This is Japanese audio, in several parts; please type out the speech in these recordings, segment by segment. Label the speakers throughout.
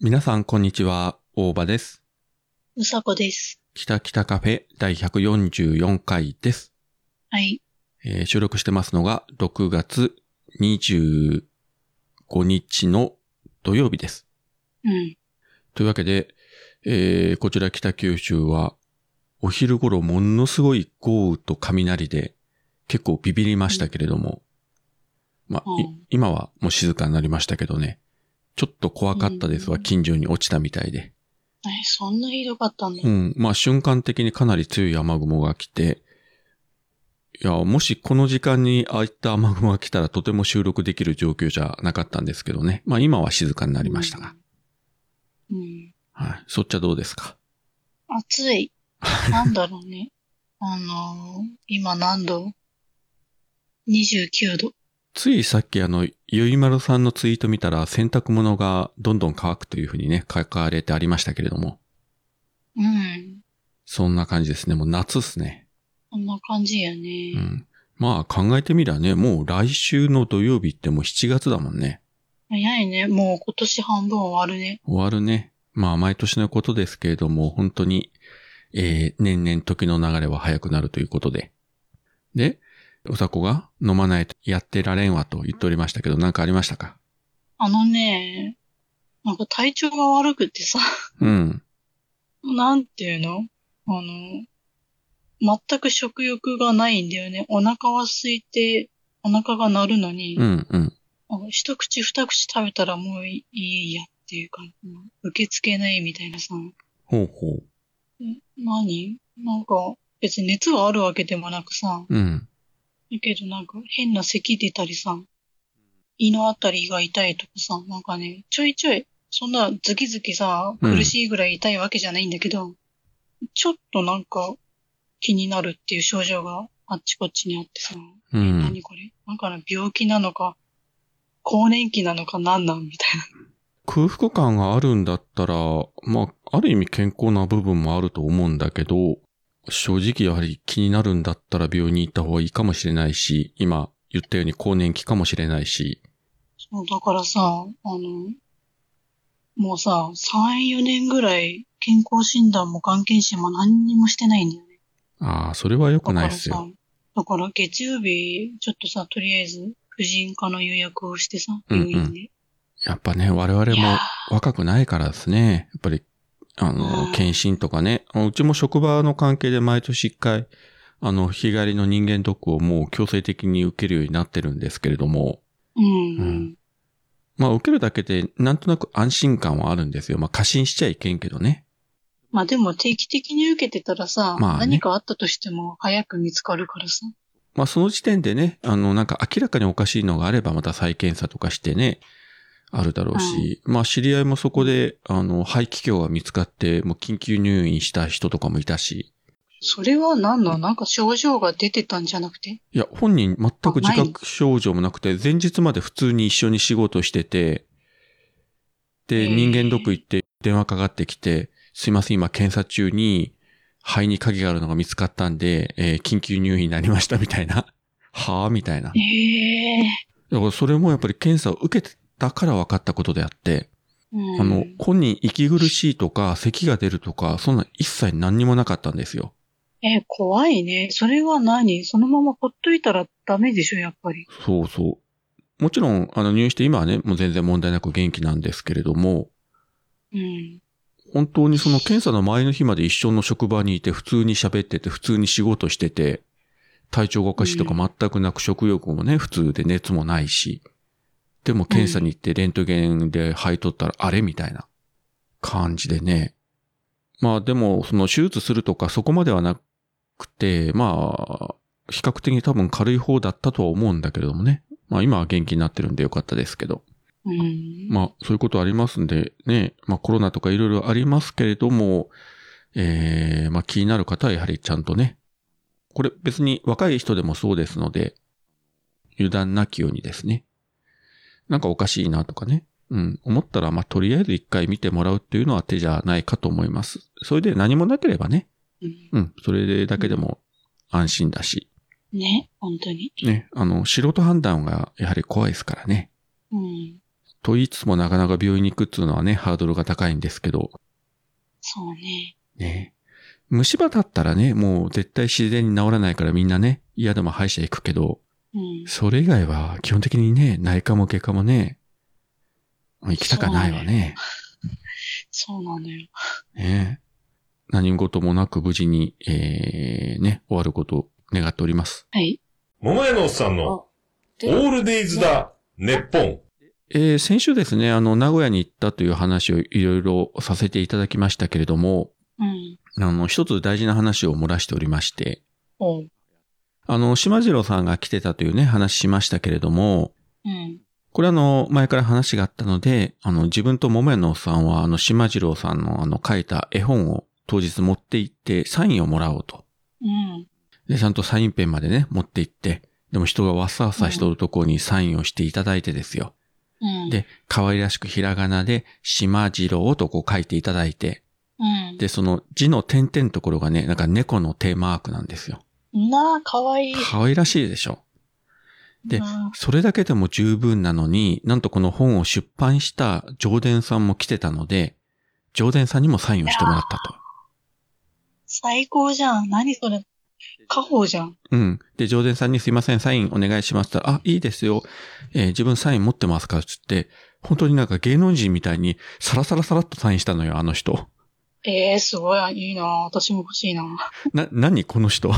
Speaker 1: 皆さん、こんにちは。大場です。
Speaker 2: うさこです。
Speaker 1: 北北カフェ第144回です。
Speaker 2: はい。
Speaker 1: えー収録してますのが6月25日の土曜日です。
Speaker 2: うん。
Speaker 1: というわけで、えーこちら北九州はお昼頃ものすごい豪雨と雷で結構ビビりましたけれども、まあ、い
Speaker 2: うん
Speaker 1: 今はもう静かになりましたけどね、ちょっと怖かったですわ、
Speaker 2: うん
Speaker 1: 近所に落ちたみたいで。
Speaker 2: え、そんなひどかったんだ。
Speaker 1: うん。まあ瞬間的にかなり強い雨雲が来て、いや、もしこの時間にああいった雨雲が来たらとても収録できる状況じゃなかったんですけどね。まあ今は静かになりましたが。
Speaker 2: うん。うん。
Speaker 1: はい。そっちはどうですか
Speaker 2: 暑 い。なんだろうね。あのー、今何度 ?29 度。
Speaker 1: ついさっきあの、ゆいまるさんのツイート見たら洗濯物がどんどん乾くというふうにね、書かれてありましたけれども。
Speaker 2: うん。
Speaker 1: そんな感じですね。もう夏っすね。
Speaker 2: こんな感じや
Speaker 1: う
Speaker 2: ね。
Speaker 1: ん。まあ考えてみりゃね、もう来週の土曜日ってもう7月だもんね。
Speaker 2: 早いね。もう今年半分終わるね。
Speaker 1: 終わるね。まあ毎年のことですけれども、本当に、えー、年々時の流れは早くなるということで。で、うさこが飲まないとやってられんわと言っておりましたけど、なんかありましたか
Speaker 2: あのね、なんか体調が悪くてさ、
Speaker 1: うん。
Speaker 2: なんていうのあの、全く食欲がないんだよね。お腹は空いて、お腹が鳴るのに、
Speaker 1: うん、うん。
Speaker 2: あの一口二口食べたらもういいやっていうか、うん受け付けないみたいなさ、
Speaker 1: ほうほう。
Speaker 2: ん何なんか別に熱があるわけでもなくさ、
Speaker 1: うん。
Speaker 2: だけどなんか変な咳出たりさ、胃のあたりが痛いとかさ、なんかね、ちょいちょい、そんなズキズキさ、
Speaker 1: うん
Speaker 2: 苦しいぐらい痛いわけじゃないんだけど、ちょっとなんか気になるっていう症状があっちこっちにあってさ、
Speaker 1: うん。
Speaker 2: 何これなんかな病気なのか、更年期なのか何なんみたいな。
Speaker 1: 空腹感があるんだったら、まあ、ある意味健康な部分もあると思うんだけど、正直やはり気になるんだったら病院に行った方がいいかもしれないし、今言ったように更年期かもしれないし、
Speaker 2: そう、だからさ、あの、もうさ、3、4年ぐらい健康診断も眼検診も何にもしてないんだよね。
Speaker 1: ああ、それは良く
Speaker 2: だ
Speaker 1: な
Speaker 2: か
Speaker 1: いっ
Speaker 2: ら
Speaker 1: す
Speaker 2: さ
Speaker 1: よ。、
Speaker 2: だから月曜日、ちょっとさ、とりあえず、婦人科の予約をしてさ、
Speaker 1: うんう
Speaker 2: 病
Speaker 1: ん
Speaker 2: 院で。
Speaker 1: やっぱね、我々
Speaker 2: いや
Speaker 1: も若くないからですね。やっぱり、あ
Speaker 2: う
Speaker 1: の、
Speaker 2: ん
Speaker 1: 検診とかね。うちも職場の関係で毎年一回、あの、日帰りの人間ドックをもう強制的に受けるようになってるんですけれども、
Speaker 2: ー、う。
Speaker 1: うんまあ受けるだけでなんとなく安心感はあるんですよ。まあ過信しちゃいけんけどね。
Speaker 2: まあでも定期的に受けてたらさ、
Speaker 1: まあね
Speaker 2: 何かあったとしても早く見つかるからさ。
Speaker 1: まあその時点でね、あの、なんか明らかにおかしいのがあればまた再検査とかしてね、あるだろうし、まあ知り合いもそこで、あの、肺気胸が見つかって、もう緊急入院した人とかもいたし、
Speaker 2: それは何なのなんか症状が出てたんじゃなくて
Speaker 1: いや、本人全く自
Speaker 2: あない
Speaker 1: 覚症状もなくて、前日まで普通に一緒に仕事してて、で、
Speaker 2: へー
Speaker 1: 人間ドック行って電話かかってきて、すいません、今検査中に肺に影があるのが見つかったんで、えー緊急入院になりましたみたいな。 はぁみたいな。
Speaker 2: ええ
Speaker 1: だからそれもやっぱり検査を受けてたから分かったことであって、
Speaker 2: うん。
Speaker 1: あの、本人息苦しいとか、咳が出るとか、そんな一切何にもなかったんですよ。
Speaker 2: え、怖いね。それは何そのままほっといたらダメでしょ、やっぱり。
Speaker 1: そうそう。もちろん、あの、入院して今はね、もう全然問題なく元気なんですけれども、
Speaker 2: うん。
Speaker 1: 本当にその検査の前の日まで一緒の職場にいて、普通に喋ってて、普通に仕事してて、体調がおかしいとか全くなく、食欲もね、普通で熱もないし、でも検査に行ってレントゲンで肺取ったら、あれみたいな感じでね。まあでも、その手術するとかそこまではなくて、まあ、比較的に多分軽い方だったとは思うんだけれどもね。まあ今は元気になってるんでよかったですけど。
Speaker 2: うん。
Speaker 1: まあ、そういうことありますんで、ね、まあコロナとかいろいろありますけれども、えー、まあ気になる方はやはりちゃんとね、これ別に若い人でもそうですので、油断なきようにですね、なんかおかしいなとかね、うん、思ったら、まあとりあえず一回見てもらうっていうのは手じゃないかと思います。それで何もなければね、
Speaker 2: うん
Speaker 1: うん、それだけでも安心だし、
Speaker 2: ね、本当に。
Speaker 1: ね、あの、素人判断がやはり怖いですからね。
Speaker 2: うん。
Speaker 1: と言いつつもなかなか病院に行くっていうのはね、ハードルが高いんですけど、
Speaker 2: そうね。
Speaker 1: ね。虫歯だったらね、もう絶対自然に治らないからみんなね、嫌でも歯医者行くけど、
Speaker 2: うん。
Speaker 1: それ以外は基本的にね、内科も外科もね、行きたかないわね。
Speaker 2: そうなのよ。
Speaker 1: ね何事もなく無事に、えー、ね、終わることを願っております。
Speaker 2: はい。
Speaker 3: 桃屋のおっさんの、オールデイズだ、ネッポン。
Speaker 1: えー先週ですね、あの、名古屋に行ったという話をいろいろさせていただきましたけれども、
Speaker 2: うん。
Speaker 1: あの、一つ大事な話を漏らしておりまして、
Speaker 2: おう。
Speaker 1: あの、島次郎さんが来てたというね、話しましたけれども、
Speaker 2: うん。
Speaker 1: これあの、前から話があったので、あの、自分と桃屋のおっさんは、あの、島次郎さんのあの、書いた絵本を当日持って行って、サインをもらおうと。
Speaker 2: うん。
Speaker 1: で、ちゃんとサインペンまでね、持って行って、でも人がわさわさしとるところにサインをしていただいてですよ。
Speaker 2: うん。
Speaker 1: で、可愛らしくひらがなで、島次郎とこう書いていただいて、
Speaker 2: うん。
Speaker 1: で、その字の点々ところがね、なんか猫のテーマークなんですよ。
Speaker 2: なあ、かわいい。
Speaker 1: 可愛らしいでしょ。で
Speaker 2: なあ
Speaker 1: それだけでも十分なのに、なんとこの本を出版した上田さんも来てたので、上田さんにもサインをしてもらったと。
Speaker 2: 最高じゃん。何それ。家宝じゃん。
Speaker 1: うん。で、上田さんにすいません、サインお願いしますって言ったらあ、いいですよ。えー自分サイン持ってますからつって、本当になんか芸能人みたいにサラサラサラっとサインしたのよ、あの人。
Speaker 2: ええー、すごい、いいなあ私も欲しいなあ
Speaker 1: な、何この人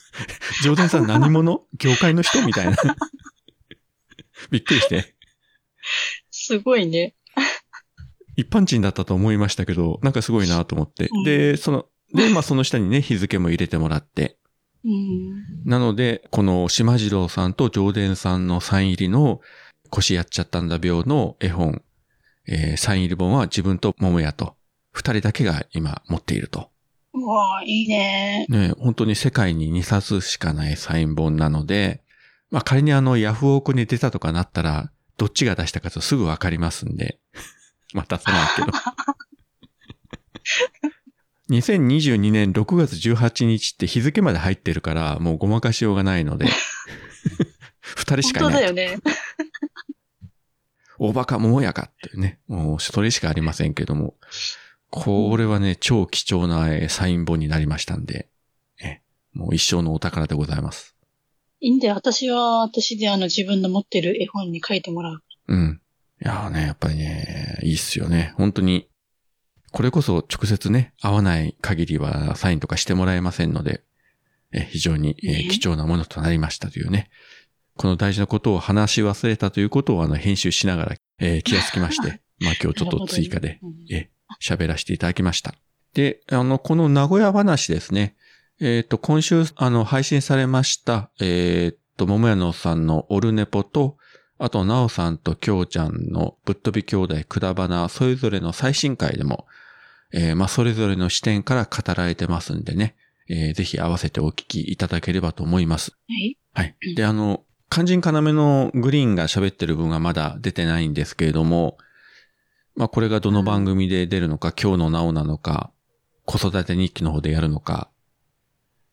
Speaker 1: 上田さん何者 業界の人みたいな。 びっくりして。
Speaker 2: すごいね。
Speaker 1: 一般人だったと思いましたけど、なんかすごいなと思って
Speaker 2: う。ん
Speaker 1: で、その、で、まあその下にね、日付も入れてもらって。
Speaker 2: うん。
Speaker 1: なので、この島次郎さんと上田さんのサイン入りの腰やっちゃったんだ病の絵本、えーサイン入り本は自分と桃屋と二人だけが今持っていると。
Speaker 2: うわあいいね。
Speaker 1: ね、本当に世界に2冊しかないサイン本なので、まあ仮にあのヤフオクに出たとかなったら、どっちが出したかとすぐわかりますんで。 まあ出さないけ ど。2022年6月18日って日付まで入ってるから、もうごまかしようがないので。二人しか
Speaker 2: 本当
Speaker 1: いな
Speaker 2: だ
Speaker 1: い
Speaker 2: よ
Speaker 1: と。
Speaker 2: ね。
Speaker 1: おバカももやかっていうね。もうそれしかありませんけども。これはね、超貴重なえーサイン本になりましたんで。えもう一生のお宝でございます。
Speaker 2: いいんだよ。私は、私であの自分の持ってる絵本に書いてもらう。
Speaker 1: うん。いやーね、やっぱりね、いいっすよね。本当に。これこそ直接ね、会わない限りはサインとかしてもらえませんので、え非常に、え
Speaker 2: ね
Speaker 1: 貴重なものとなりましたというね。この大事なことを話し忘れたということをあの編集しながら、えー気がつきま して、まあ今日ちょっと追加で
Speaker 2: なるほどね。
Speaker 1: え喋らせていただきました。で、あの、この名古屋話ですね。えっ、と、今週、あの、配信されました、えっ、と、桃屋のおっさんのオルネポと、あと、なおさんときょうちゃんのぶっ飛び兄弟くだばな、それぞれの最新回でも、えーまあ、それぞれの視点から語られてますんでね、えーぜひ合わせてお聞きいただければと思います。
Speaker 2: うんはい。
Speaker 1: はい
Speaker 2: うん。
Speaker 1: で、あの、肝心要のグリーンが喋ってる分がまだ出てないんですけれども、まあこれがどの番組で出るのか、今日のなおなのか、子育て日記の方でやるのか、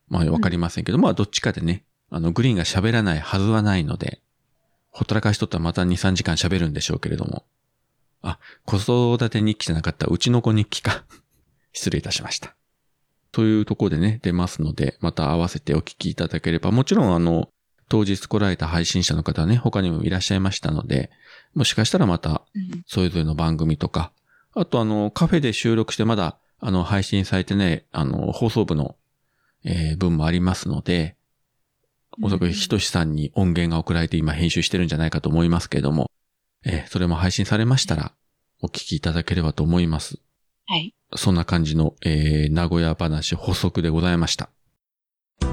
Speaker 1: まあわかりませんけど、まあどっちかでね、あの、グリーンが喋らないはずはないので、ほったらかしとったらまた2、3時間喋るんでしょうけれども。あ、子育て日記じゃなかった、うちの子日記か。 失礼いたしました。というところでね、出ますので、また合わせてお聞きいただければ、もちろんあの、当日来られた配信者の方はね、他にもいらっしゃいましたので、もしかしたらまた、
Speaker 2: うん。
Speaker 1: それぞれの番組とか、あとあの、カフェで収録してまだ、あの、配信されてね、あの、放送部の、えー分もありますので、おそらくひとしさんに音源が送られて今編集してるんじゃないかと思いますけれども、えーそれも配信されましたら、お聞きいただければと思います。
Speaker 2: はい。
Speaker 1: そんな感じの、えー名古屋話補足でございました。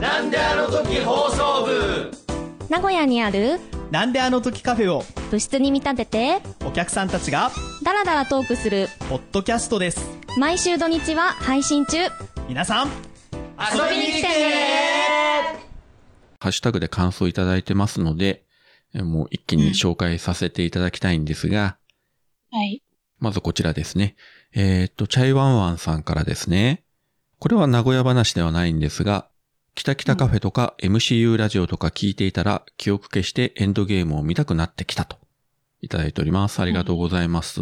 Speaker 4: なんであの時放送部
Speaker 5: 名古屋にある
Speaker 6: なんであの時カフェを
Speaker 5: 部室に見立てて
Speaker 6: お客さんたちが
Speaker 5: ダラダラトークする
Speaker 6: ポッドキャストです
Speaker 5: 毎週土日は配信中
Speaker 6: 皆さん
Speaker 4: 遊びに来てね
Speaker 1: ハッシュタグで感想いただいてますので、えもう一気に紹介させていただきたいんですが、
Speaker 2: はい。
Speaker 1: まずこちらですね。えーっと、チャイワンワンさんからですね。これは名古屋話ではないんですが、キタキタカフェとか MCU ラジオとか聞いていたら記憶消してエンドゲームを見たくなってきたと。いただいております。ありがとうございます。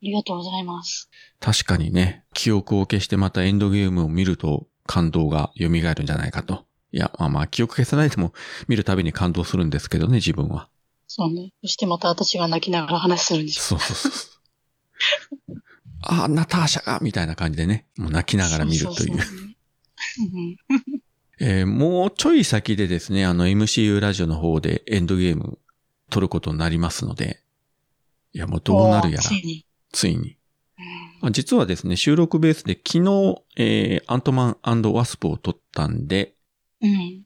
Speaker 2: りがとうございます。
Speaker 1: 確かにね、記憶を消してまたエンドゲームを見ると感動が蘇るんじゃないかと。いや、まあまあ、記憶消さないでも見るたびに感動するんですけどね、自分は。
Speaker 2: そうね。そしてまた私が泣きながら話するんでしょ。
Speaker 1: そうそうそうそう。 あ、ナターシャがみたいな感じでね、もう泣きながら見ると
Speaker 2: そ
Speaker 1: いう
Speaker 2: そ。そうん
Speaker 1: えーもうちょい先でですね、あの MCU ラジオの方でエンドゲーム撮ることになりますので、いやもうどうなるやら、
Speaker 2: ついに。
Speaker 1: ついに。
Speaker 2: うん
Speaker 1: あ実はですね、収録ベースで昨日、えーアントマンワスプを撮ったんで、
Speaker 2: うん。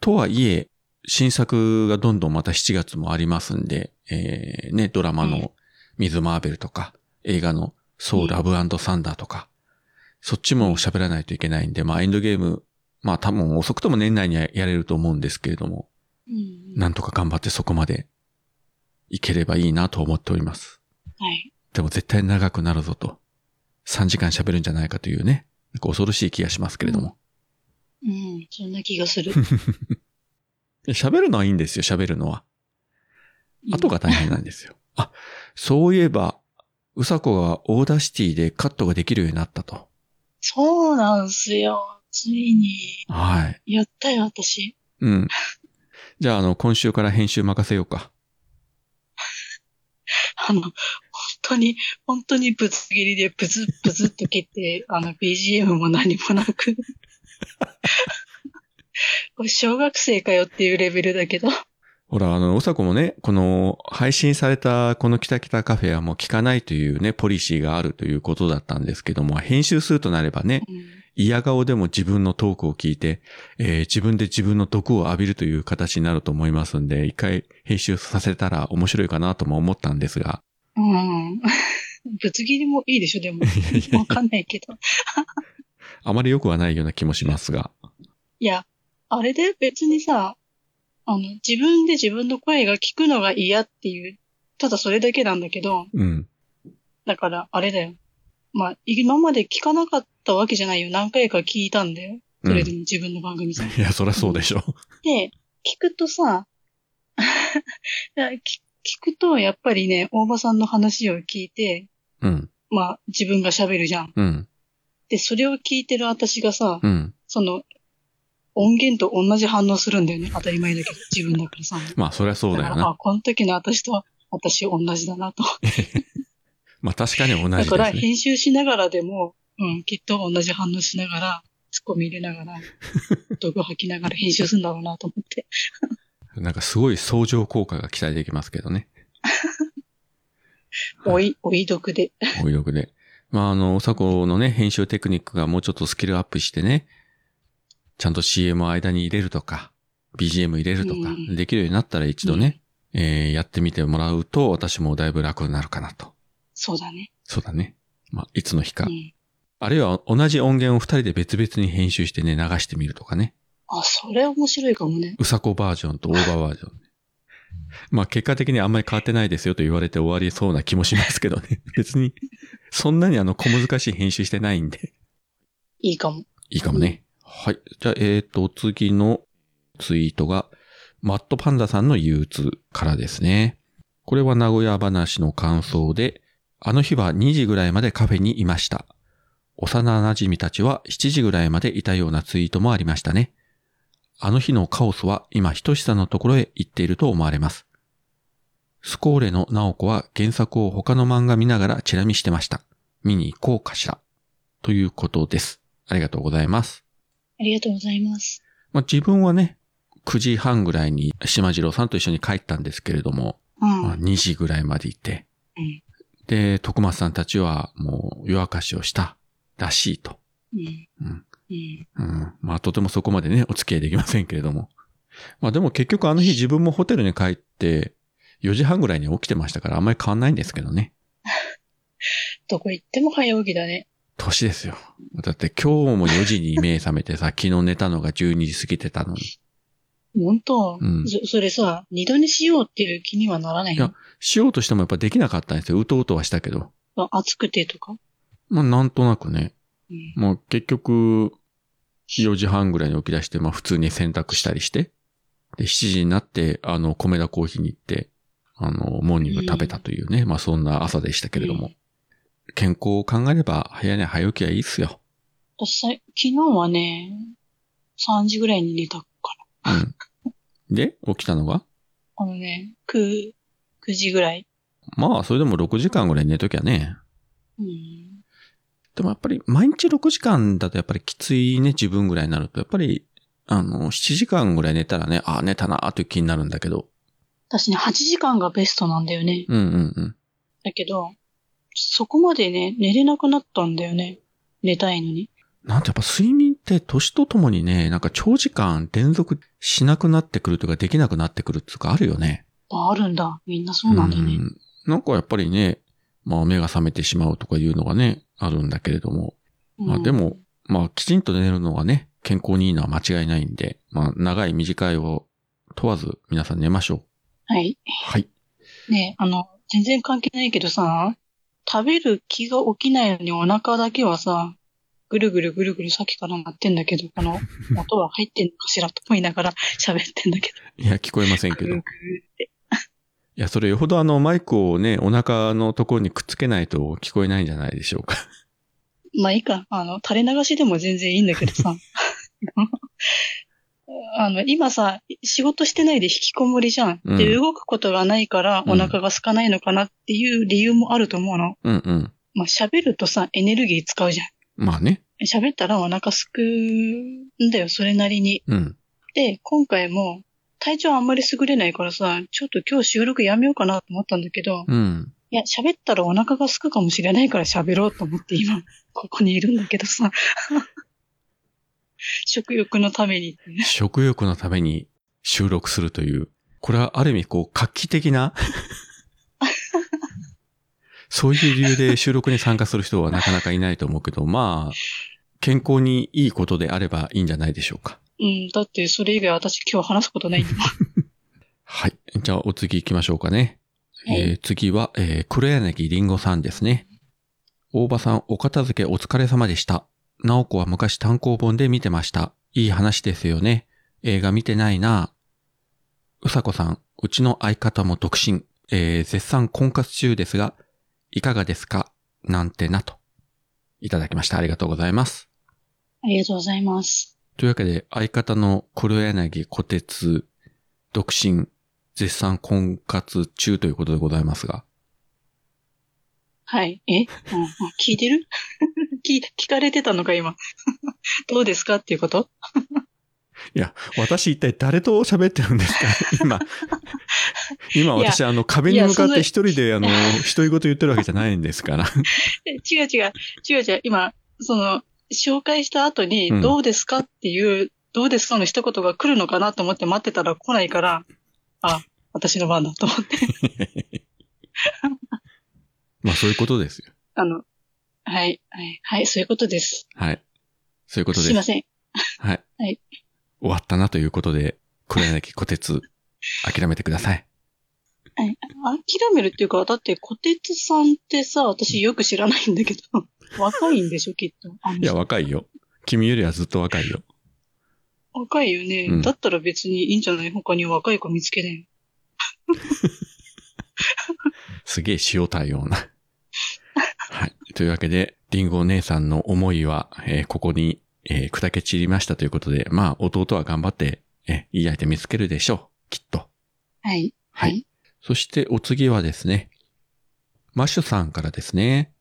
Speaker 1: とはいえ、新作がどんどんまた7月もありますんで、えーね、ドラマ
Speaker 2: うん
Speaker 1: のミズ・マーベルとか、映画のソ
Speaker 2: うん
Speaker 1: ウ・ラブサンダーとか、そっちも喋らないといけないんで、まあエンドゲーム、まあ多分遅くとも年内にはやれると思うんですけれども、
Speaker 2: うん。
Speaker 1: なんとか頑張ってそこまでいければいいなと思っております。
Speaker 2: はい。
Speaker 1: でも絶対長くなるぞと、3時間喋るんじゃないかというね、なんか恐ろしい気がしますけれども。
Speaker 2: うん。そんな気が する。
Speaker 1: 喋るのはいいんですよ、喋るのは。後が大変なんですよ。あ、そういえば、うさこがオーダーシティでカットができるようになったと。
Speaker 2: そうなんすよ。ついに。
Speaker 1: はい。
Speaker 2: やったよ、私。
Speaker 1: うん。じゃあ、あの、今週から編集任せようか。
Speaker 2: あの、本当に、本当にぶつ切りでブズッブズッと切って、 あの、BGM も何もなく。 これ小学生かよっていうレベルだけど。
Speaker 1: ほら、あの、うさこもね、この、配信された、このキタキタカフェはもう聞かないというね、ポリシーがあるということだったんですけども、編集するとなればね、
Speaker 2: うん
Speaker 1: 嫌顔でも自分のトークを聞いて、えー自分で自分の毒を浴びるという形になると思いますんで、一回編集させたら面白いかなとも思ったんですが、
Speaker 2: うん。ぶつ切りもいいでしょ、でも。わかんないけど。
Speaker 1: あまり良くはないような気もしますが。
Speaker 2: いや、あれで別にさ、あの、自分で自分の声が聞くのが嫌っていう、ただそれだけなんだけど、
Speaker 1: うん。
Speaker 2: だから、あれだよ。まあ、今まで聞かなかったわけじゃないよ。何回か聞いたんだよ。
Speaker 1: う
Speaker 2: そ
Speaker 1: ん、
Speaker 2: れで
Speaker 1: い
Speaker 2: も自分の番組さ。
Speaker 1: や、そりゃそうでしょ。
Speaker 2: で、聞くとさ、 いや聞聞くと、やっぱりね、大場さんの話を聞いて、
Speaker 1: うん。
Speaker 2: まあ、自分が喋るじゃん。
Speaker 1: うん。
Speaker 2: で、それを聞いてる私がさ、
Speaker 1: うん。
Speaker 2: その、音源と同じ反応するんだよね。当たり前だけど、自分だからさ。
Speaker 1: まあ、そりゃそうだよ
Speaker 2: から、
Speaker 1: な。
Speaker 2: あ、この時の私と、私同じだなと。
Speaker 1: まあ、確かに同
Speaker 2: だ
Speaker 1: じ
Speaker 2: か
Speaker 1: で
Speaker 2: ら、
Speaker 1: すね。
Speaker 2: 編集しながらでも、うん、きっと同じ反応しながら、ツッコミ入れながら、 毒吐きながら編集するんだろうなと思って。
Speaker 1: なんかすごい相乗効果が期待できますけどね。
Speaker 2: おい、おい毒で。
Speaker 1: お色で。まあ、あの、おさこのね、編集テクニックがもうちょっとスキルアップしてね、ちゃんと CM を間に入れるとか、BGM 入れるとか
Speaker 2: う、ん
Speaker 1: できるようになったら一度ね、えーやってみてもらうと、私もだいぶ楽になるかなと。
Speaker 2: そうだね。
Speaker 1: そうだね。まあ、いつの日
Speaker 2: う
Speaker 1: か。
Speaker 2: ん。
Speaker 1: あるいは同じ音源を二人で別々に編集してね、流してみるとかね。
Speaker 2: あ、それ面白いかもね。
Speaker 1: うさこバージョンとオーバーバージョン。まあ結果的にあんまり変わってないですよと言われて終わりそうな気もしますけどね。別に、そんなにあの小難しい編集してないんで。
Speaker 2: いいかも。
Speaker 1: いいかもね。はい。じゃあ、えっ、ー、と、次のツイートが、マットパンダさんの憂鬱からですね。これは名古屋話の感想で、あの日は2時ぐらいまでカフェにいました。幼馴染みたちは7時ぐらいまでいたようなツイートもありましたね。あの日のカオスは今、ひとしさんのところへ行っていると思われます。スコーレのナオコは原作を他の漫画見ながらチラ見してました。見に行こうかしら。ということです。ありがとうございます。
Speaker 2: ありがとうございます。
Speaker 1: まあ、自分はね、9時半ぐらいに島次郎さんと一緒に帰ったんですけれども、
Speaker 2: うん。
Speaker 1: まあ、2時ぐらいまでいて、
Speaker 2: うん
Speaker 1: で、徳松さんたちはもう夜明かしをしたらしいと。
Speaker 2: うん。
Speaker 1: うん
Speaker 2: うん。
Speaker 1: うん、まあ、とてもそこまでね、お付き合いできませんけれども。まあ、でも結局あの日自分もホテルに帰って、4時半ぐらいに起きてましたからあんまり変わんないんですけどね。
Speaker 2: どこ行っても早起きだね。
Speaker 1: 年ですよ。だって今日も4時に目覚めてさ、昨日寝たのが12時過ぎてたのに。
Speaker 2: 本当、
Speaker 1: うん
Speaker 2: そそれさ、二度にしようっていう気にはならない
Speaker 1: いやしようとしてもやっぱできなかったんですよ。うとうとはしたけど。
Speaker 2: あ暑くてとか。
Speaker 1: まあなんとなくね。
Speaker 2: うん。
Speaker 1: まあ結局、4時半ぐらいに起き出して、まあ普通に洗濯したりして。で、7時になって、あの、米田コーヒーに行って、あの、モーニング食べたというね、まあそんな朝でしたけれども。健康を考えれば、早寝早起きはいいっすよ。
Speaker 2: 私さ、昨日はね、3時ぐらいに寝たから。
Speaker 1: うん。で、起きたのが
Speaker 2: あのね、9、9時ぐらい。
Speaker 1: まあ、それでも6時間ぐらい寝ときゃね。
Speaker 2: うん。
Speaker 1: でもやっぱり、毎日6時間だとやっぱりきついね、自分ぐらいになると、やっぱり、あの、7時間ぐらい寝たらね、ああ、寝たなーという気になるんだけど。
Speaker 2: 私ね、8時間がベストなんだよね。
Speaker 1: うんうんうん。
Speaker 2: だけど、そこまでね、寝れなくなったんだよね。寝たいのに。
Speaker 1: なんてやっぱ睡眠って年とともにね、なんか長時間連続しなくなってくるというかできなくなってくるっていうかあるよね。
Speaker 2: ああるんだ。みんなそうなんだね。
Speaker 1: んなんかやっぱりね、まあ目が覚めてしまうとかいうのがね、あるんだけれども。まあ
Speaker 2: うん
Speaker 1: でも、まあきちんと寝るのがね、健康にいいのは間違いないんで、まあ長い短いを問わず皆さん寝ましょう。
Speaker 2: はい。
Speaker 1: はい。
Speaker 2: ねあの、全然関係ないけどさ、食べる気が起きないのにお腹だけはさ、ぐるぐるぐるぐるさっきから鳴ってんだけど、こ の音は入ってんのかしらと思いながら 喋ってんだけ
Speaker 1: いや、聞こえません
Speaker 2: ど。
Speaker 1: け
Speaker 2: ぐ
Speaker 1: ど。
Speaker 2: る
Speaker 1: い
Speaker 2: ぐる
Speaker 1: や、それよほどあのマイクをね、お腹のところにくっつけないと聞こえないんじゃないでしょうか。
Speaker 2: まあいいか。あの、垂れ流しでも全然いいんだけどさ。 あの、今さ、仕事してないで引きこもりじゃん。
Speaker 1: うん
Speaker 2: で、動くことがないから
Speaker 1: うん
Speaker 2: お腹が空かないのかなっていう理由もあると思うの。
Speaker 1: うんうん。
Speaker 2: まあ喋るとさ、エネルギー使うじゃん。
Speaker 1: まあね。
Speaker 2: 喋ったらお腹すくんだよ、それなりに。
Speaker 1: うん。
Speaker 2: で、今回も、体調あんまり優れないからさ、ちょっと今日収録やめようかなと思ったんだけど、
Speaker 1: うん。
Speaker 2: いや、喋ったらお腹が空くかもしれないから喋ろうと思って今、 ここにいるんだけどさ。 食欲のために。
Speaker 1: 食欲のために収録するという、これはある意味こう画期的な、そういう理由で収録に参加する人はなかなかいないと思うけど、まあ、健康にいいことであればいいんじゃないでしょうか。
Speaker 2: うん、だってそれ以外私今日話すことないんだもん。
Speaker 1: はい。じゃあお次行きましょうかね。
Speaker 2: はい
Speaker 1: えー次は、えー、黒柳りんごさんですね。大場さん、お片付けお疲れ様でした。直子は昔単行本で見てました。いい話ですよね。映画見てないなうさこさん、うちの相方も独身。えー、絶賛婚活中ですが、いかがですかなんてなと。いただきました。ありがとうございます。
Speaker 2: ありがとうございます。
Speaker 1: というわけで、相方の黒柳小鉄、独身、絶賛婚活中ということでございますが、
Speaker 2: はい。え、うんうん聞いてる 聞聞かれてたのか今。 どうですかっていうこと
Speaker 1: 私一体誰と喋ってるん ですか今。今
Speaker 2: いや
Speaker 1: 私、あの、壁に向かっ
Speaker 2: いやその
Speaker 1: て一人で、あの、独り言言ってるわけじゃないんですから。
Speaker 2: え 違う違う。違う違う。今、その、紹介した後に、
Speaker 1: うん
Speaker 2: どうですかっていう、どうですかの一言が来るのかなと思って待ってたら来ないから、あ、私の番だと思って。
Speaker 1: まあ、そういうことですよ。
Speaker 2: あの、はい、はい、はい、そういうことです。
Speaker 1: はい。そういうことです
Speaker 2: いません。
Speaker 1: はい。
Speaker 2: はい
Speaker 1: 終わったなということで、黒柳小鉄、諦めてください。
Speaker 2: 諦めるっていうか、だって、小鉄さんってさ、私よく知らないんだ けど、若いんでしょ、きっと。あの
Speaker 1: いや、若いよ。君よりはずっと若いよ。
Speaker 2: 若いよね、
Speaker 1: うん
Speaker 2: だったら別にいいんじゃない他に若い子見つけれん。
Speaker 1: すげえ塩対応な。はい。というわけで、リンゴお姉さんの思いは、えーここに、えー砕け散りましたということで、まあ、弟は頑張って、えーいい相手見つけるでしょう。きっと。
Speaker 2: はい。
Speaker 1: はい。そして、お次はですね、マッシュさんからですね、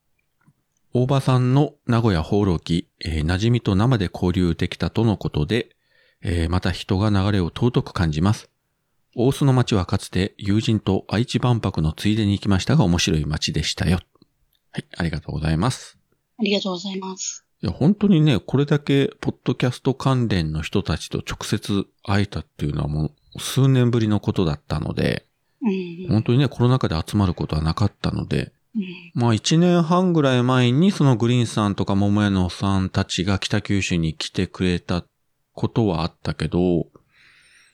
Speaker 1: 大場さんの名古屋放浪記、えー馴染みと生で交流できたとのことで、えーまた人が流れを尊く感じます。大須の町はかつて友人と愛知万博のついでに行きましたが面白い町でしたよ。はい、ありがとうございます。
Speaker 2: ありがとうございます。
Speaker 1: いや、本当にね、これだけ、ポッドキャスト関連の人たちと直接会えたっていうのはもう、数年ぶりのことだったので、
Speaker 2: うんうん。
Speaker 1: 本当にね、コロナ禍で集まることはなかったので、
Speaker 2: うん
Speaker 1: まあ一年半ぐらい前にそのグリーンさんとか桃屋のさんたちが北九州に来てくれたことはあったけど、
Speaker 2: う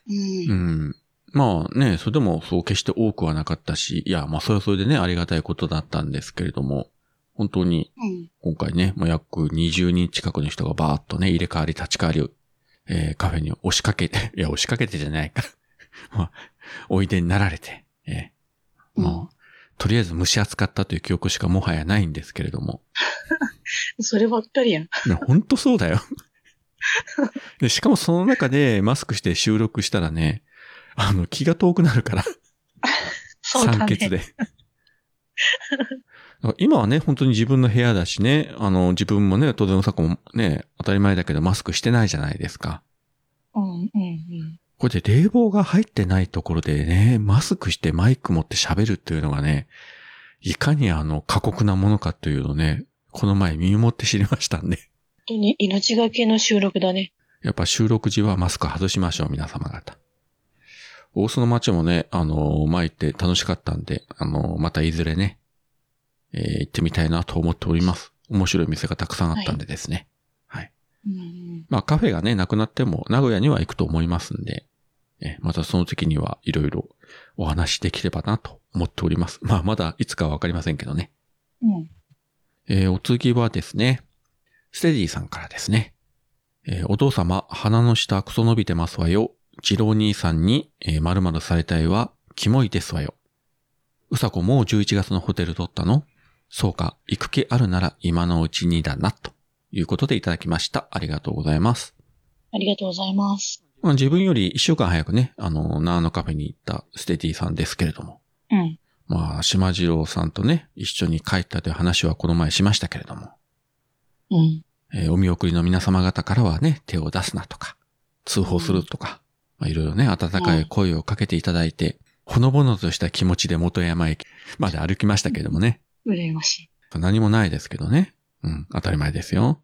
Speaker 2: ん
Speaker 1: うん。まあね、それでもそう決して多くはなかったし、いや、まあそれはそれでね、ありがたいことだったんですけれども、本当に
Speaker 2: うん
Speaker 1: 今回ね、もう約20人近くの人がバーッとね、入れ替わり立ち替わりを、えーカフェに押 しかけて、いや、押しかけてじゃないか。まあ、おいでになられて、えーまあ、とりあえず蒸し暑かったという記憶しかもはやないんですけれども。
Speaker 2: そればっかりやん。
Speaker 1: ね、ほんとそうだよ。 で、しかもその中でマスクして収録したらね、あの、気が遠くなるから、
Speaker 2: そう だ
Speaker 1: 酸欠
Speaker 2: ね。
Speaker 1: で。 だから今はね、本当に自分の部屋だしね、あの、自分もね、当然おさこもね、当たり前だけどマスクしてないじゃないですか。
Speaker 2: うんうんうん。
Speaker 1: これで冷房が入ってないところでね、マスクしてマイク持って喋るっていうのがね、いかにあの過酷なものかというのをね、この前身をもって知りましたんで。
Speaker 2: 本当に命がけの収録だね。
Speaker 1: やっぱ収録時はマスク外しましょう、皆様方。大須の街もね、あの、前行って楽しかったんで、あの、またいずれね、えー行ってみたいなと思っております。面白い店がたくさんあったんでですね。はい。
Speaker 2: うんうん、
Speaker 1: まあカフェがね、なくなっても名古屋には行くと思いますんで、えまたその時にはいろいろお話しできればなと思っております。まあまだいつかはわかりませんけどね。
Speaker 2: うん。
Speaker 1: えーお次はですね、ステディさんからですね。えーお父様、鼻の下クソ伸びてますわよ。次郎兄さんに、えー、〇〇されたいは、キモいですわよ。うさこもう11月のホテル取ったのそうか、行く気あるなら今のうちにだな、ということでいただきました。ありがとうございます。
Speaker 2: ありがとうございます。
Speaker 1: まあ、自分より1週間早くね、あの、ナーノカフェに行ったステディさんですけれども。
Speaker 2: うん。
Speaker 1: まあ、島次郎さんとね、一緒に帰ったという話はこの前しましたけれども。
Speaker 2: うん。
Speaker 1: えーお見送りの皆様方からはね、手を出すなとか、通報するとか、まあ、いろいろね、温かい声をかけていただいて、ほのぼのとした気持ちで元山駅まで歩きましたけれどもね、
Speaker 2: 羨ましい。
Speaker 1: 何もないですけどね。うん、当たり前ですよ。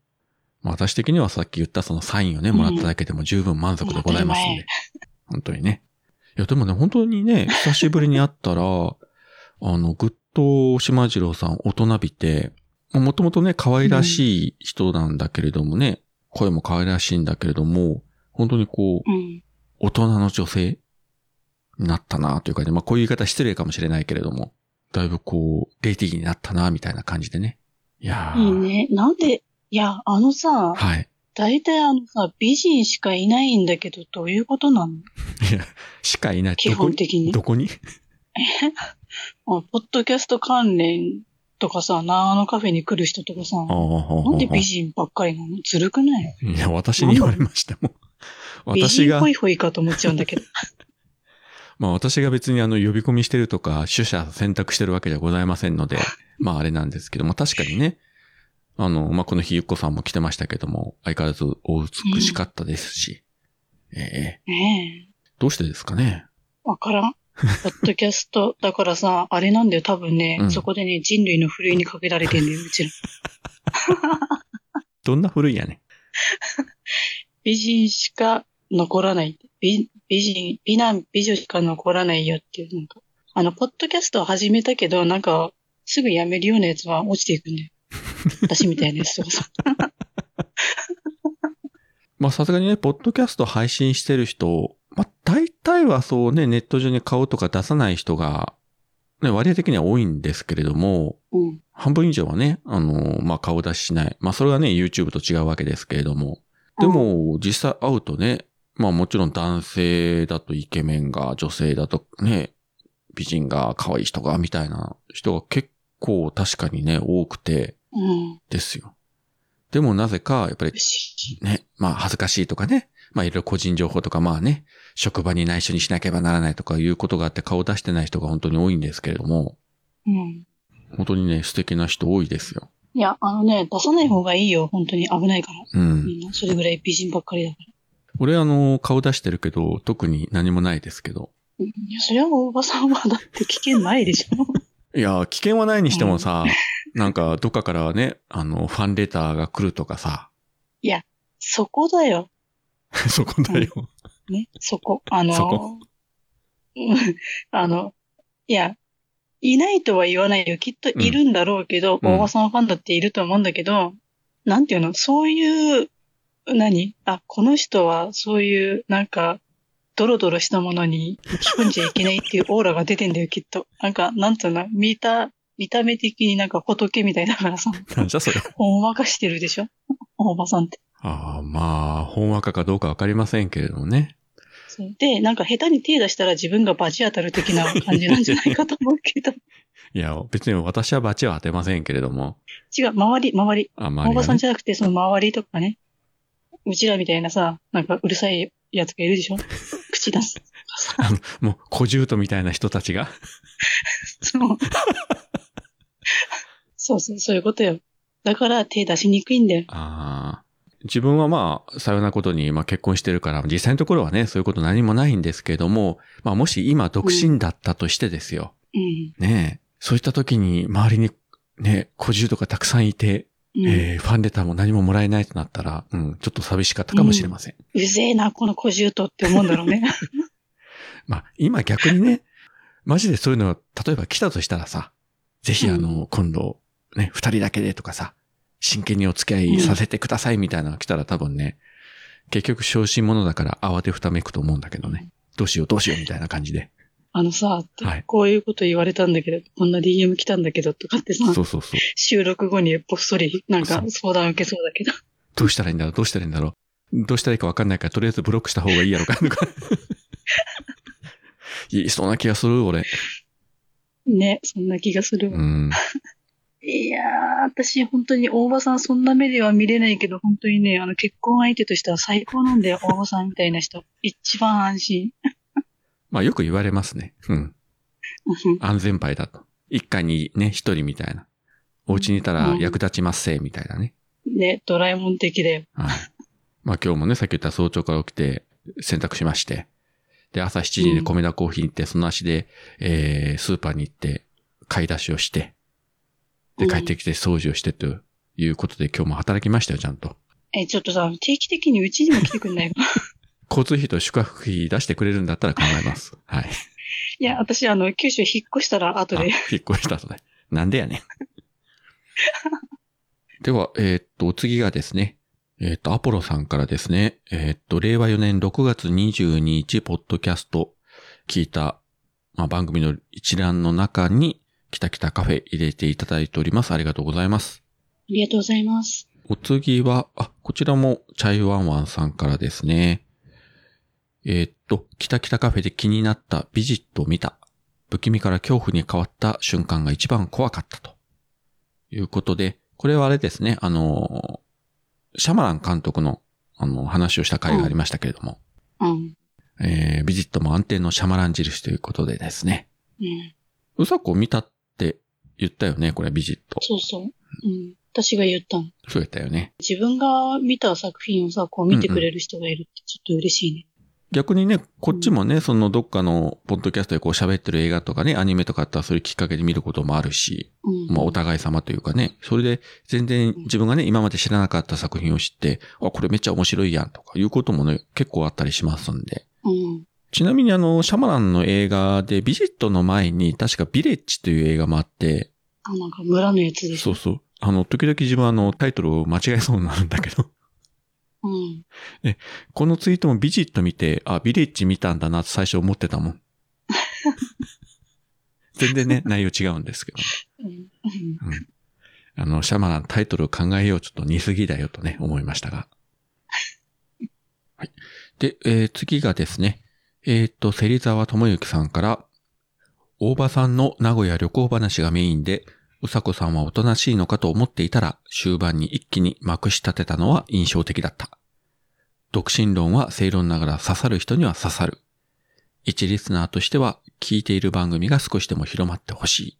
Speaker 1: まあ私的にはさっき言ったそのサインをね、
Speaker 2: うん
Speaker 1: もらっただけでも十分満足でございますんで。本当にね。いや、でもね、本当にね、久しぶりに会ったら、あ の、ぐっと島次郎さん大人びて、もともとね、可愛らしい人なんだけれどもね、声も可愛らしいんだけれども、本当にこう、
Speaker 2: うん。
Speaker 1: 大人の女性になったなというかね、まあこういう言い方失礼かもしれないけれども、だいぶこう、レディーになったなみたいな感じでね。いやー
Speaker 2: いいね。なんで、いや、あのさ、
Speaker 1: はい。
Speaker 2: 大体あのさ、美人しかいないんだけど、どういうことなの
Speaker 1: しかいない。
Speaker 2: 基本的に
Speaker 1: どこにどこ
Speaker 2: あポッドキャスト関連とかさ、なあのカフェに来る人とかさ、
Speaker 1: に
Speaker 2: なんで美人ばっかりなのずるくない
Speaker 1: いや、私に言われましたもん。
Speaker 2: 美
Speaker 1: 私
Speaker 2: 人
Speaker 1: が
Speaker 2: ホ、イホイかと思っちゃうんだけど。
Speaker 1: まあ私が別にあの呼び込みしてるとか、取捨選択してるわけじゃございませんので、 まああれなんですけども、確かにね、あの、まあこの日ゆっこさんも来てましたけども、相変わらずお美しかったですし、ええ
Speaker 2: ねえ。
Speaker 1: どうしてですかね
Speaker 2: わからん。ポッドキャスト、だからさ、あれなんだよ、多分ね、
Speaker 1: うん
Speaker 2: そこでね、人類のふるいにかけられてんだよ、うちら。
Speaker 1: どんな古いやねん。
Speaker 2: 美人しか残らない。美美人、美男、美女しか残らないよっていう、なんか。あの、ポッドキャストを始めたけど、なんか、すぐやめるようなやつは落ちていくん だよ。私みたいなやつとかさ。
Speaker 1: まあさすがにね、ポッドキャスト配信してる人、まあ大体はそうね、ネット上に顔とか出さない人が、ね、割合的には多いんですけれども、
Speaker 2: うん。
Speaker 1: 半分以上はね、あの、まあ、顔出ししない。まあ、それはね、YouTube と違うわけですけれども。でも、実際会うとね、まあ、もちろん男性だとイケメンが、女性だとね、美人が、可愛い人が、みたいな人が結構確かにね、多くて
Speaker 2: うん。
Speaker 1: ですよ。でもなぜか、やっぱり
Speaker 2: 不思議。
Speaker 1: ね、まあ、恥ずかしいとかね、まあ、いろいろ個人情報とか、まあね、職場に内緒にしなければならないとかいうことがあって顔出してない人が本当に多いんですけれども、
Speaker 2: うん。
Speaker 1: 本当にね、素敵な人多いですよ。
Speaker 2: いや、あのね、出さない方がいいよ、本当に危ないから。
Speaker 1: うん
Speaker 2: みんな、それぐらい美人ばっかりだから。
Speaker 1: 俺あの、顔出してるけど、特に何もないですけど。
Speaker 2: うんいや、それはおばさんはだって危険ないでしょ。
Speaker 1: いや、危険はないにしてもさ、なんかどっかからね、あの、ファンレターが来るとかさ、
Speaker 2: そこだよ。
Speaker 1: そこだよ。
Speaker 2: ね、そこ、あの、
Speaker 1: そこ
Speaker 2: うん あの、いや、いないとは言わないよ。きっといるんだろうけど、
Speaker 1: うん
Speaker 2: 大場さんファンだっていると思うんだけど、なんていうの、そういう、何あ、この人はそういう、なんか、ドロドロしたものに引き込んじゃいけないっていうオーラが出てんだよ、きっと。なんか、なんつうの、見た、見た目的になんか仏みたいだからさ、
Speaker 1: なんじゃそれ。
Speaker 2: ほんわかしてるでしょ大場さんって。
Speaker 1: ああ、まあ、本若かどうかわかりませんけれどもね。
Speaker 2: そうで、なんか下手に手出したら自分がバチ当たる的な感じなんじゃないかと思うけど。
Speaker 1: いや、別に私は罰は当てませんけれども。
Speaker 2: 違う、周り、周り。
Speaker 1: あ、ま
Speaker 2: 大
Speaker 1: り、
Speaker 2: 場さん
Speaker 1: ね。
Speaker 2: じゃなくて、その周りとかね。うちらみたいなさ、なんかうるさいやつがいるで しょ口出す。
Speaker 1: あの、もう、小獣とみたいな人たちが。
Speaker 2: そう。そうそう、そういうことよ。だから手出しにくいんだよ。
Speaker 1: ああ。自分はまあ、さようなことに、まあ結婚してるから、実際のところはね、そういうこと何もないんですけれども、まあもし今独身だったとしてですよ。
Speaker 2: うん。
Speaker 1: ねえ。そういった時に周りにね、小獣とかたくさんいて、
Speaker 2: うん、
Speaker 1: えーファンレターも何ももらえないとなったら、うん、ちょっと寂しかったかもしれません。
Speaker 2: うぜえな、この小獣とって思うんだろ うね。
Speaker 1: まあ今逆にね、マジでそういうのが、例えば来たとしたらさ、ぜひあの、
Speaker 2: う
Speaker 1: 今度、ね、二人だけでとかさ、真剣にお付き合いさせてくださいみたいなのが来たら多分ね、結局昇進者だから慌てふためくと思うんだけどね。どうしようどうしようみたいな感じで。
Speaker 2: あのさ、
Speaker 1: はい
Speaker 2: こういうこと言われたんだけど、こんな DM 来たんだけどとかってさ、
Speaker 1: そうそうそう。
Speaker 2: 収録後にぽっそりなんか
Speaker 1: そう
Speaker 2: 相談受けそうだけど。
Speaker 1: どうしたらいいんだろうどうしたらいいんだろうどうしたらいいかわかんないから、とりあえずブロックした方がいいやろかと か。いいそうな気がする、俺。
Speaker 2: ね、そんな気がするわ。
Speaker 1: うん。
Speaker 2: いやー、私本当に大場さんそんな目では見れないけど、本当にね、あの結婚相手としては最高な んだよ、大場さんみたいな人。一番安心。
Speaker 1: まあよく言われますね。うん。
Speaker 2: うん
Speaker 1: 安全牌だと。一家にね、一人みたいな。お家にいたら役立ちますせ、みたいなね。
Speaker 2: ね、ドラえもん的だよ。
Speaker 1: はい。まあ今日もね、さっき言った早朝から起きて、洗濯しまして。で、朝7時に米田コーヒー行って、その足で、えー、スーパーに行って、買い出しをして、で、帰ってきて掃除をしてということで、今日も働きましたよ、ちゃんと。
Speaker 2: え、ちょっとさ、定期的にうちにも来てく んないか
Speaker 1: 交通費と宿泊費出してくれるんだったら考えます。はい。
Speaker 2: いや、私あの、九州引っ越したら後
Speaker 1: あ
Speaker 2: で。
Speaker 1: 引っ越したとね。なんで やねん。では、えーっと、お次がですね。えーっと、アポロさんからですね。えーっと、令和4年6月22日、ポッドキャスト、聞いた、まあ、番組の一覧の中に、きたきたカフェ入れていただいております。ありがとうございます。
Speaker 2: ありがとうございます。
Speaker 1: お次は、あ、こちらもチャイワンワンさんからですね。えーっと、キタキタカフェで気になったビジットを見た。不気味から恐怖に変わった瞬間が一番怖かったと。いうことで、これはあれですね、あのー、シャマラン監督の、あの、話をした回がありましたけれども、
Speaker 2: うん。
Speaker 1: えー、ビジットも安定のシャマラン印ということでですね。
Speaker 2: うん。
Speaker 1: うさこ見たって言ったよね、これビジット。
Speaker 2: そうそう。うん。私が言ったの。
Speaker 1: そうやったよね。
Speaker 2: 自分が見た作品をさ、こう見てくれる人がいるってちょっと嬉しいね。
Speaker 1: 逆にね、こっちもね、そのどっかのポッドキャストでこう喋ってる映画とかね、アニメとかあったらそれきっかけで見ることもあるし、
Speaker 2: うん。
Speaker 1: まあお互い様というかね、それで全然自分がね、今まで知らなかった作品を知って、あ、これめっちゃ面白いやんとかいうこともね、結構あったりしますんで。
Speaker 2: うん。
Speaker 1: ちなみにあの、シャマランの映画でビジットの前に確かビレッジという映画もあって、
Speaker 2: あ、なんか村のやつでし
Speaker 1: そ
Speaker 2: ょ。
Speaker 1: うそう。あの、時々自分あの、タイトルを間違えそうになるんだけど、
Speaker 2: うん。
Speaker 1: このツイートもビジット見て、あ、ビレッジ見たんだなって最初思ってたもん。全然ね、内容違うんですけど。
Speaker 2: うん。うん
Speaker 1: あの、シャマランタイトルを考えようちょっと似すぎだよとね、思いましたが。はい。で、えー次がですね、えーっと、芹沢智之さんから、大場さんの名古屋旅行話がメインで、うさこさんはおとなしいのかと思っていたら、終盤に一気にまくし立てたのは印象的だった。独身論は正論ながら刺さる人には刺さる。一リスナーとしては、聞いている番組が少しでも広まってほしい。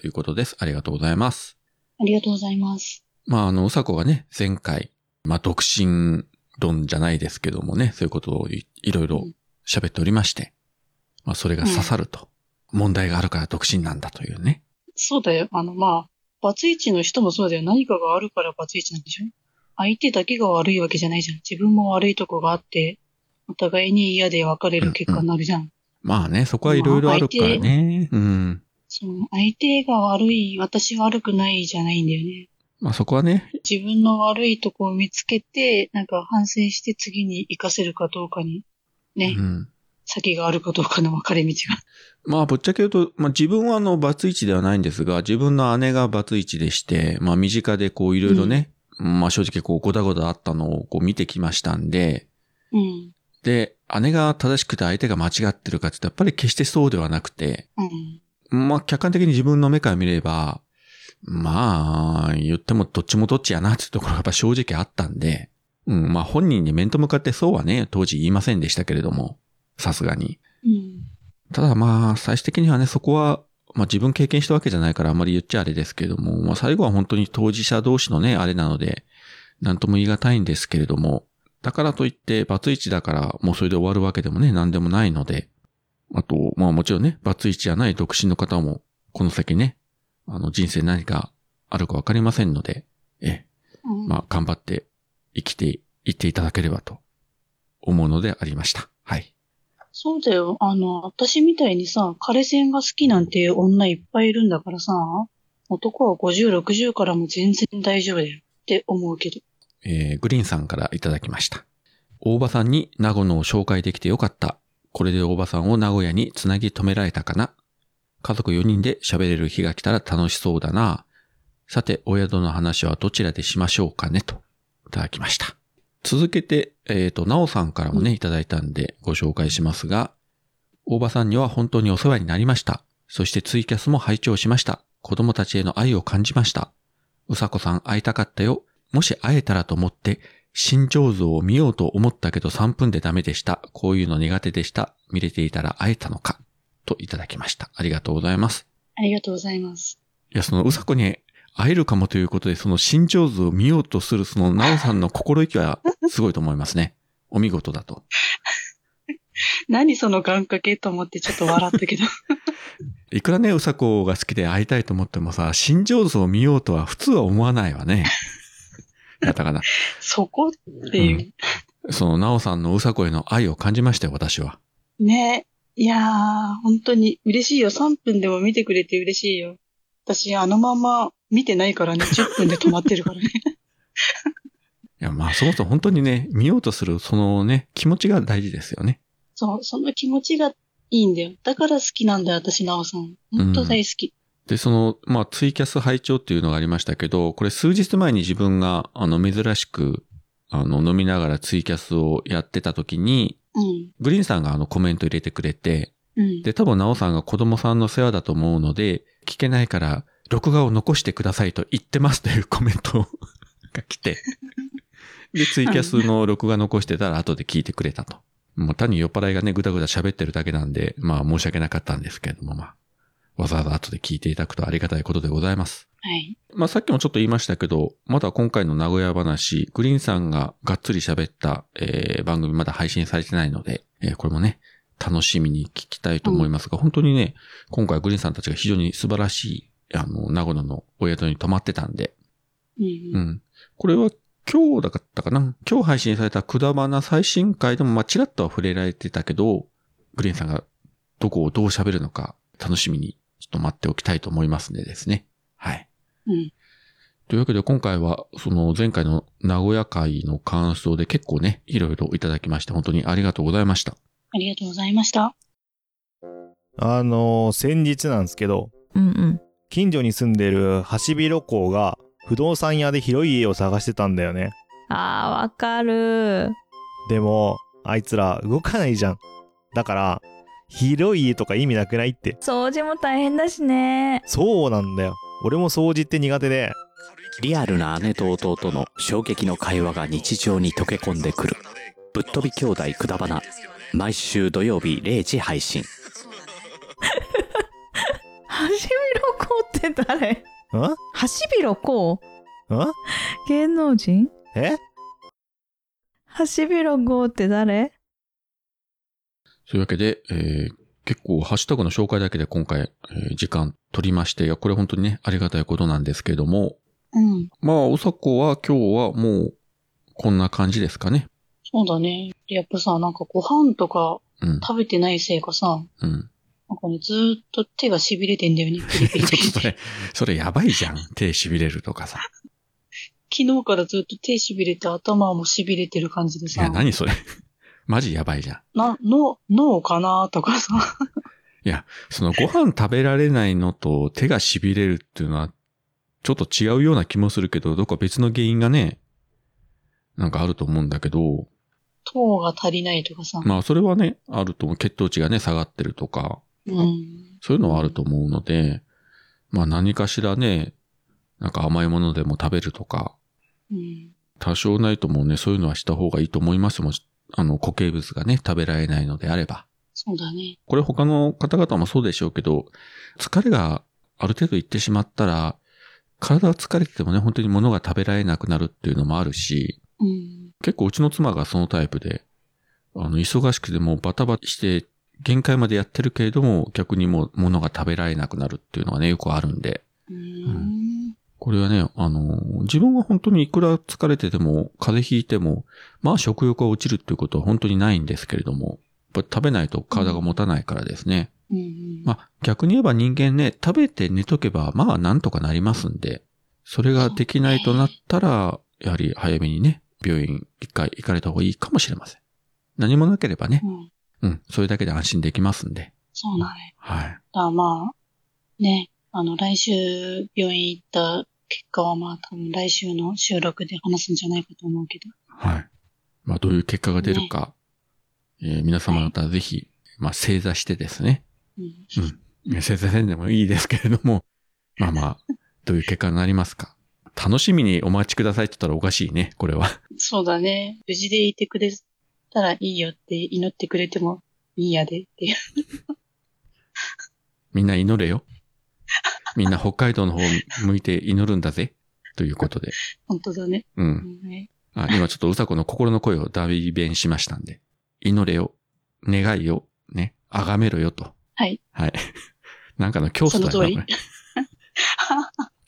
Speaker 1: ということです。ありがとうございます。
Speaker 2: ありがとうございます。
Speaker 1: まあ、あの、うさこがね、前回、まあ、独身論じゃないですけどもね、そういうことをいいろいろ喋っておりまして、まあ、それが刺さると。問題があるから独身なんだというね。
Speaker 2: そうだよ。あの、まあ、バツイチの人もそうだよ。何かがあるからバツイチなんでしょ相手だけが悪いわけじゃないじゃん。自分も悪いとこがあって、お互いに嫌で別れる結果になるじゃん。
Speaker 1: まあね、そこはいろいろあるからね。うん。
Speaker 2: その、相手が悪い、私が悪くないじゃないんだよね。
Speaker 1: まあ、そこはね、
Speaker 2: 自分の悪いとこを見つけて、なんか反省して次に活かせるかどうかに、
Speaker 1: う
Speaker 2: ね、
Speaker 1: ん。
Speaker 2: 先があるかどうかの分かれ道が。
Speaker 1: まあ、ぶっちゃけ言うと、まあ、自分はあの、バツイチではないんですが、自分の姉がバツイチでして、まあ、身近でこう、いろいろね、まあ、正直こう、ごだごだあったのをこう、見てきましたんで、
Speaker 2: うん。
Speaker 1: で、姉が正しくて相手が間違ってるかって言ったらやっぱり決してそうではなくて、
Speaker 2: うん。
Speaker 1: まあ、客観的に自分の目から見れば、まあ、言ってもどっちもどっちやなっていうところがやっぱ正直あったんで、うん、まあ本人に面と向かってそうはね、当時言いませんでしたけれども、さすがに。
Speaker 2: うん。
Speaker 1: ただまあ、最終的にはね、そこは、まあ自分経験したわけじゃないからあんまり言っちゃあれですけれども、まあ最後は本当に当事者同士のね、あれなので、なんとも言い難いんですけれども、だからといって、バツイチだからもうそれで終わるわけでもね、なんでもないので、あと、まあもちろんね、バツイチじゃない独身の方も、この先ね、あの人生何かあるかわかりませんので、え、
Speaker 2: うん
Speaker 1: まあ頑張って生きていっていただければと思うのでありました。はい。
Speaker 2: そうだよ。あの、私みたいにさ、彼線が好きなんて女いっぱいいるんだからさ、男は50、60からも全然大丈夫だよって思うけど。
Speaker 1: えーグリーンさんからいただきました。大場さんに名護のを紹介できてよかった。これで大場さんを名古屋につなぎ止められたかな。家族4人で喋れる日が来たら楽しそうだな。さて、お宿の話はどちらでしましょうかね、といただきました。続けて、えっ、と、なおさんからもね、いただいたんでご紹介しますが、大場さんには本当にお世話になりました。そしてツイキャスも拝聴しました。子供たちへの愛を感じました。うさこさん会いたかったよ。もし会えたらと思って、新上像を見ようと思ったけど3分でダメでした。こういうの苦手でした。見れていたら会えたのか。といただきました。ありがとうございます。
Speaker 2: ありがとうございます。
Speaker 1: いや、そのうさこに会えるかもということで、その新上像を見ようとするそのなおさんの心意気はすごいと思いますね。 お見事だと。
Speaker 2: 何その願掛けと思ってちょっと笑ったけ ど。
Speaker 1: いくらね、うさこが好きで会いたいと思ってもさ、新上像を見ようとは普通は思わないわね。いやだから、
Speaker 2: そこっていう。
Speaker 1: そのなおさんのうさこへの愛を感じましたよ、私は。
Speaker 2: ね。いやー、本当に嬉しいよ。3分でも見てくれて嬉しいよ。私、あのまま見てないからね、10分で止まってるからね。
Speaker 1: いや、まあ、そもそも本当にね、見ようとする、そのね、気持ちが大事ですよね。
Speaker 2: そう、その気持ちがいいんだよ。だから好きなんだよ、私、なおさん。本当大好き。
Speaker 1: で、その、まあ、ツイキャス拝聴っていうのがありましたけど、これ数日前に自分が、あの、珍しく、あの、飲みながらツイキャスをやってた時に、
Speaker 2: うん。
Speaker 1: グリーンさんがあのコメント入れてくれて、
Speaker 2: うん。
Speaker 1: で、多分、なおさんが子供さんの世話だと思うので、聞けないから、録画を残してくださいと言ってますというコメント が来て、で、ツイキャスの録画残してたら後で聞いてくれたと。もう単に酔っ払いがね、ぐだぐだ喋ってるだけなんで、まあ申し訳なかったんですけれども、まあ、わざわざ後で聞いていただくとありがたいことでございます。
Speaker 2: はい。
Speaker 1: まあさっきもちょっと言いましたけど、まだ今回の名古屋話、グリーンさんががっつり喋った、えー番組まだ配信されてないので、えーこれもね、楽しみに聞きたいと思いますが、本当にね、今回グリーンさんたちが非常に素晴らしい、あの、名古屋のお宿に泊まってたんで、
Speaker 2: うん。
Speaker 1: うん。これは今日だったかな今日配信されたくだばな最新回でもまあちらっとは触れられてたけど、グリーンさんがどこをどう喋るのか楽しみにちょっと待っておきたいと思いますんでですね。はい。
Speaker 2: うん。
Speaker 1: というわけで今回はその前回の名古屋会の感想で結構ね、いろいろいただきまして本当にありがとうございました。
Speaker 2: ありがとうございました。
Speaker 7: あのー先日なんですけど、
Speaker 8: うんうん。
Speaker 7: 近所に住んでるハシビロコウが不動産屋で広い家を探してたんだよね。
Speaker 8: あー、わかる。
Speaker 7: でも、あいつら動かないじゃん。だから、広い家とか意味なくないって。
Speaker 8: 掃除も大変だし ね。
Speaker 7: そうなんだよ。俺も掃除って苦手で、
Speaker 9: リアルな姉と弟の衝撃の会話が日常に溶け込んでくる。ぶっ飛び兄弟くだばな。毎週土曜日0時配信。
Speaker 8: ハシビロコウって誰
Speaker 7: んん
Speaker 8: ハシビロコウ芸能人
Speaker 7: え
Speaker 8: ハシビロコウって誰
Speaker 1: というわけで、えー結構ハッシュタグの紹介だけで今回、えー時間取りまして、いやこれ本当にね、ありがたいことなんですけれども、
Speaker 2: うん。
Speaker 1: まあ、おさこは今日はもう、こんな感じですかね。
Speaker 2: そうだね。やっぱさ、なんかご飯とか
Speaker 1: うん。
Speaker 2: 食べてないせいかさ、
Speaker 1: うん。
Speaker 2: なんかね、ずーっと手が痺れてん だよね。ピリ
Speaker 1: ちょ
Speaker 2: ピリ
Speaker 1: っと
Speaker 2: ピリ
Speaker 1: それ、それやばいじゃん。手痺れるとかさ。
Speaker 2: 昨日からずっと手痺れて頭も痺れてる感じで
Speaker 1: い
Speaker 2: さ
Speaker 1: や、、何それ。 マジやばいじゃん。
Speaker 2: な、の、脳かなとかさ、
Speaker 1: そのご飯食べられないのと手が痺れるっていうのは、ちょっと違うような気もするけど、どこか別の原因がね、なんかあると思うんだけど、
Speaker 2: 糖が足りないとかさ。
Speaker 1: まあ、それはね、あると思う。血糖値がね、下がってるとか、
Speaker 2: うん。
Speaker 1: そういうのはあると思うので、まあ、何かしらね、なんか甘いものでも食べるとか、
Speaker 2: うん。
Speaker 1: 多少ないともね、そういうのはした方がいいと思いますもん。あの、固形物がね、食べられないのであれば。
Speaker 2: そうだね。
Speaker 1: これ他の方々もそうでしょうけど、疲れがある程度いってしまったら、体は疲れててもね、本当に物が食べられなくなるっていうのもあるし、
Speaker 2: うん。
Speaker 1: 結構うちの妻がそのタイプで、あの、忙しくてもうバタバタして、限界までやってるけれども、逆にもう物が食べられなくなるっていうのがね、よくあるんで、
Speaker 2: うん。
Speaker 1: これはね、あの、自分は本当にいくら疲れてても、風邪ひいても、まあ食欲は落ちるっていうことは本当にないんですけれども、やっぱり食べないと体が持たないからですね。
Speaker 2: うん。
Speaker 1: まあ、逆に言えば人間ね、食べて寝とけば、まあ、なんとかなりますんで、それができないとなったら、やはり早めにね、病院一回行かれた方がいいかもしれません。何もなければね
Speaker 2: う、ん。
Speaker 1: うん、それだけで安心できますんで、
Speaker 2: そうだね。
Speaker 1: はい。
Speaker 2: だからまあ、ね、あの、来週病院行った結果はまあ多分来週の収録で話すんじゃないかと思うけど。
Speaker 1: はい。まあ、どういう結果が出るか、えー皆様方ぜひ、まあ、正座してですね、
Speaker 2: うん。
Speaker 1: いや正座せんでもいいですけれども、まあまあ、どういう結果になりますか。楽しみにお待ちくださいって言ったらおかしいね、これは。
Speaker 2: そうだね。無事でいてくれたらいいよって祈ってくれてもいいんやでっていう。
Speaker 1: みんな祈れよ。みんな北海道の方向いて祈るんだぜ。ということで。
Speaker 2: 本当だね。
Speaker 1: う。
Speaker 2: うんんね
Speaker 1: あ今ちょっとうさこの心の声を代弁しましたんで。祈れよ。願いよ。ね。あがめろよと。
Speaker 2: はい。
Speaker 1: はい。 なんかの教祖だな、
Speaker 2: そ
Speaker 1: こ
Speaker 2: の通
Speaker 1: れ
Speaker 2: り。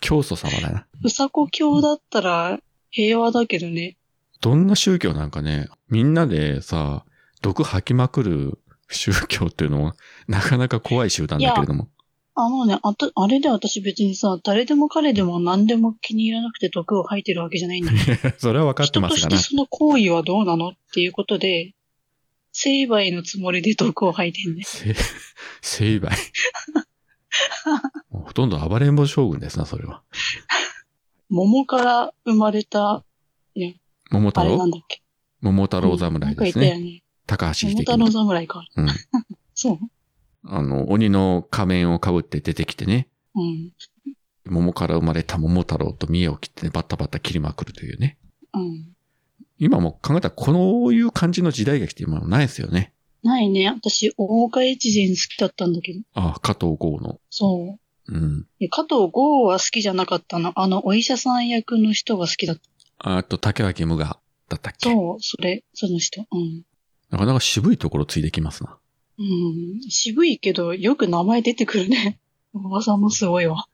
Speaker 1: 教祖様だな。
Speaker 2: うさこ教だったら平和だけどね。
Speaker 1: どんな宗教なんかね、みんなでさ、毒吐きまくる宗教っていうのも、なかなか怖い集団だけれども。
Speaker 2: あのね、あと、あれで私別にさ、誰でも彼でも何でも気に入らなくて毒を吐いてるわけじゃないんだけど
Speaker 1: それは分かって
Speaker 2: 人
Speaker 1: ま
Speaker 2: と
Speaker 1: す
Speaker 2: し
Speaker 1: が
Speaker 2: て
Speaker 1: な。
Speaker 2: その行為はどうなのっていうことで、成敗のつもりで毒を吐いてんね。
Speaker 1: せ、 成敗。もうほとんど暴れん坊将軍ですな、それは。
Speaker 2: 桃から生まれた、
Speaker 1: 桃
Speaker 2: あ
Speaker 1: 太
Speaker 2: れなん
Speaker 1: 郎
Speaker 2: だっけ。
Speaker 1: 桃太郎
Speaker 2: な
Speaker 1: 侍
Speaker 2: んか
Speaker 1: で
Speaker 2: い
Speaker 1: す
Speaker 2: たよ
Speaker 1: ね。
Speaker 2: ね。
Speaker 1: 高橋
Speaker 2: 桃
Speaker 1: 秀樹
Speaker 2: 太郎
Speaker 1: の。
Speaker 2: 侍か。
Speaker 1: うん。
Speaker 2: そう。
Speaker 1: あの、鬼の仮面をかぶって出てきてね、
Speaker 2: うん。
Speaker 1: 桃から生まれた桃太郎と見栄を切ってね、バッタバッタ切りまくるというね。
Speaker 2: うん。
Speaker 1: 今もう考えたら、こういう感じの時代劇って今もないですよね。
Speaker 2: ないね。私、大岡越前好きだったんだけど。
Speaker 1: ああ、加藤剛の。
Speaker 2: そう。
Speaker 1: うん。
Speaker 2: いや加藤剛は好きじゃなかったの。あの、お医者さん役の人が好きだった。
Speaker 1: あと、竹脇無我だったっけ
Speaker 2: そう、それ、その人。うん。
Speaker 1: なかなか渋いところついてきますな。
Speaker 2: うん。渋いけど、よく名前出てくるね。おばさんもすごいわ。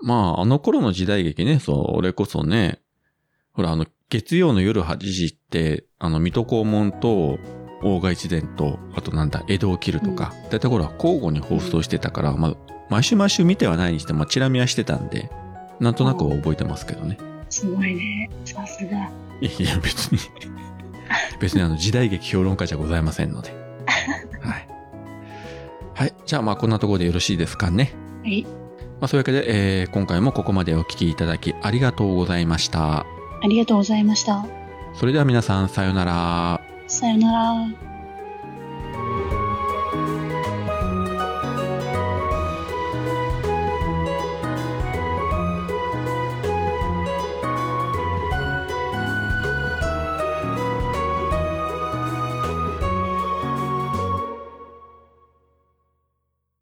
Speaker 1: まあ、あの頃の時代劇ね、そう、俺こそね、ほら、あの、月曜の夜8時って、あの、水戸黄門と、大賀一伝と、あとなんだ、江戸を切るとか、だいたいほら、交互に放送してたから、まあ、毎週毎週見てはないにしても、まあ、チラ見はしてたんで、なんとなくは覚えてますけどね。
Speaker 2: すごいね。さすが。
Speaker 1: いやいや、別に、別にあの、時代劇評論家じゃございませんので。はい。はい。じゃあ、まあ、こんなところでよろしいですかね。
Speaker 2: はい。
Speaker 1: まあ、そういうわけで、えー今回もここまでお聞きいただきありがとうございました。
Speaker 2: ありがとうございました。
Speaker 1: それでは皆さん、さようなら。
Speaker 2: さよなら。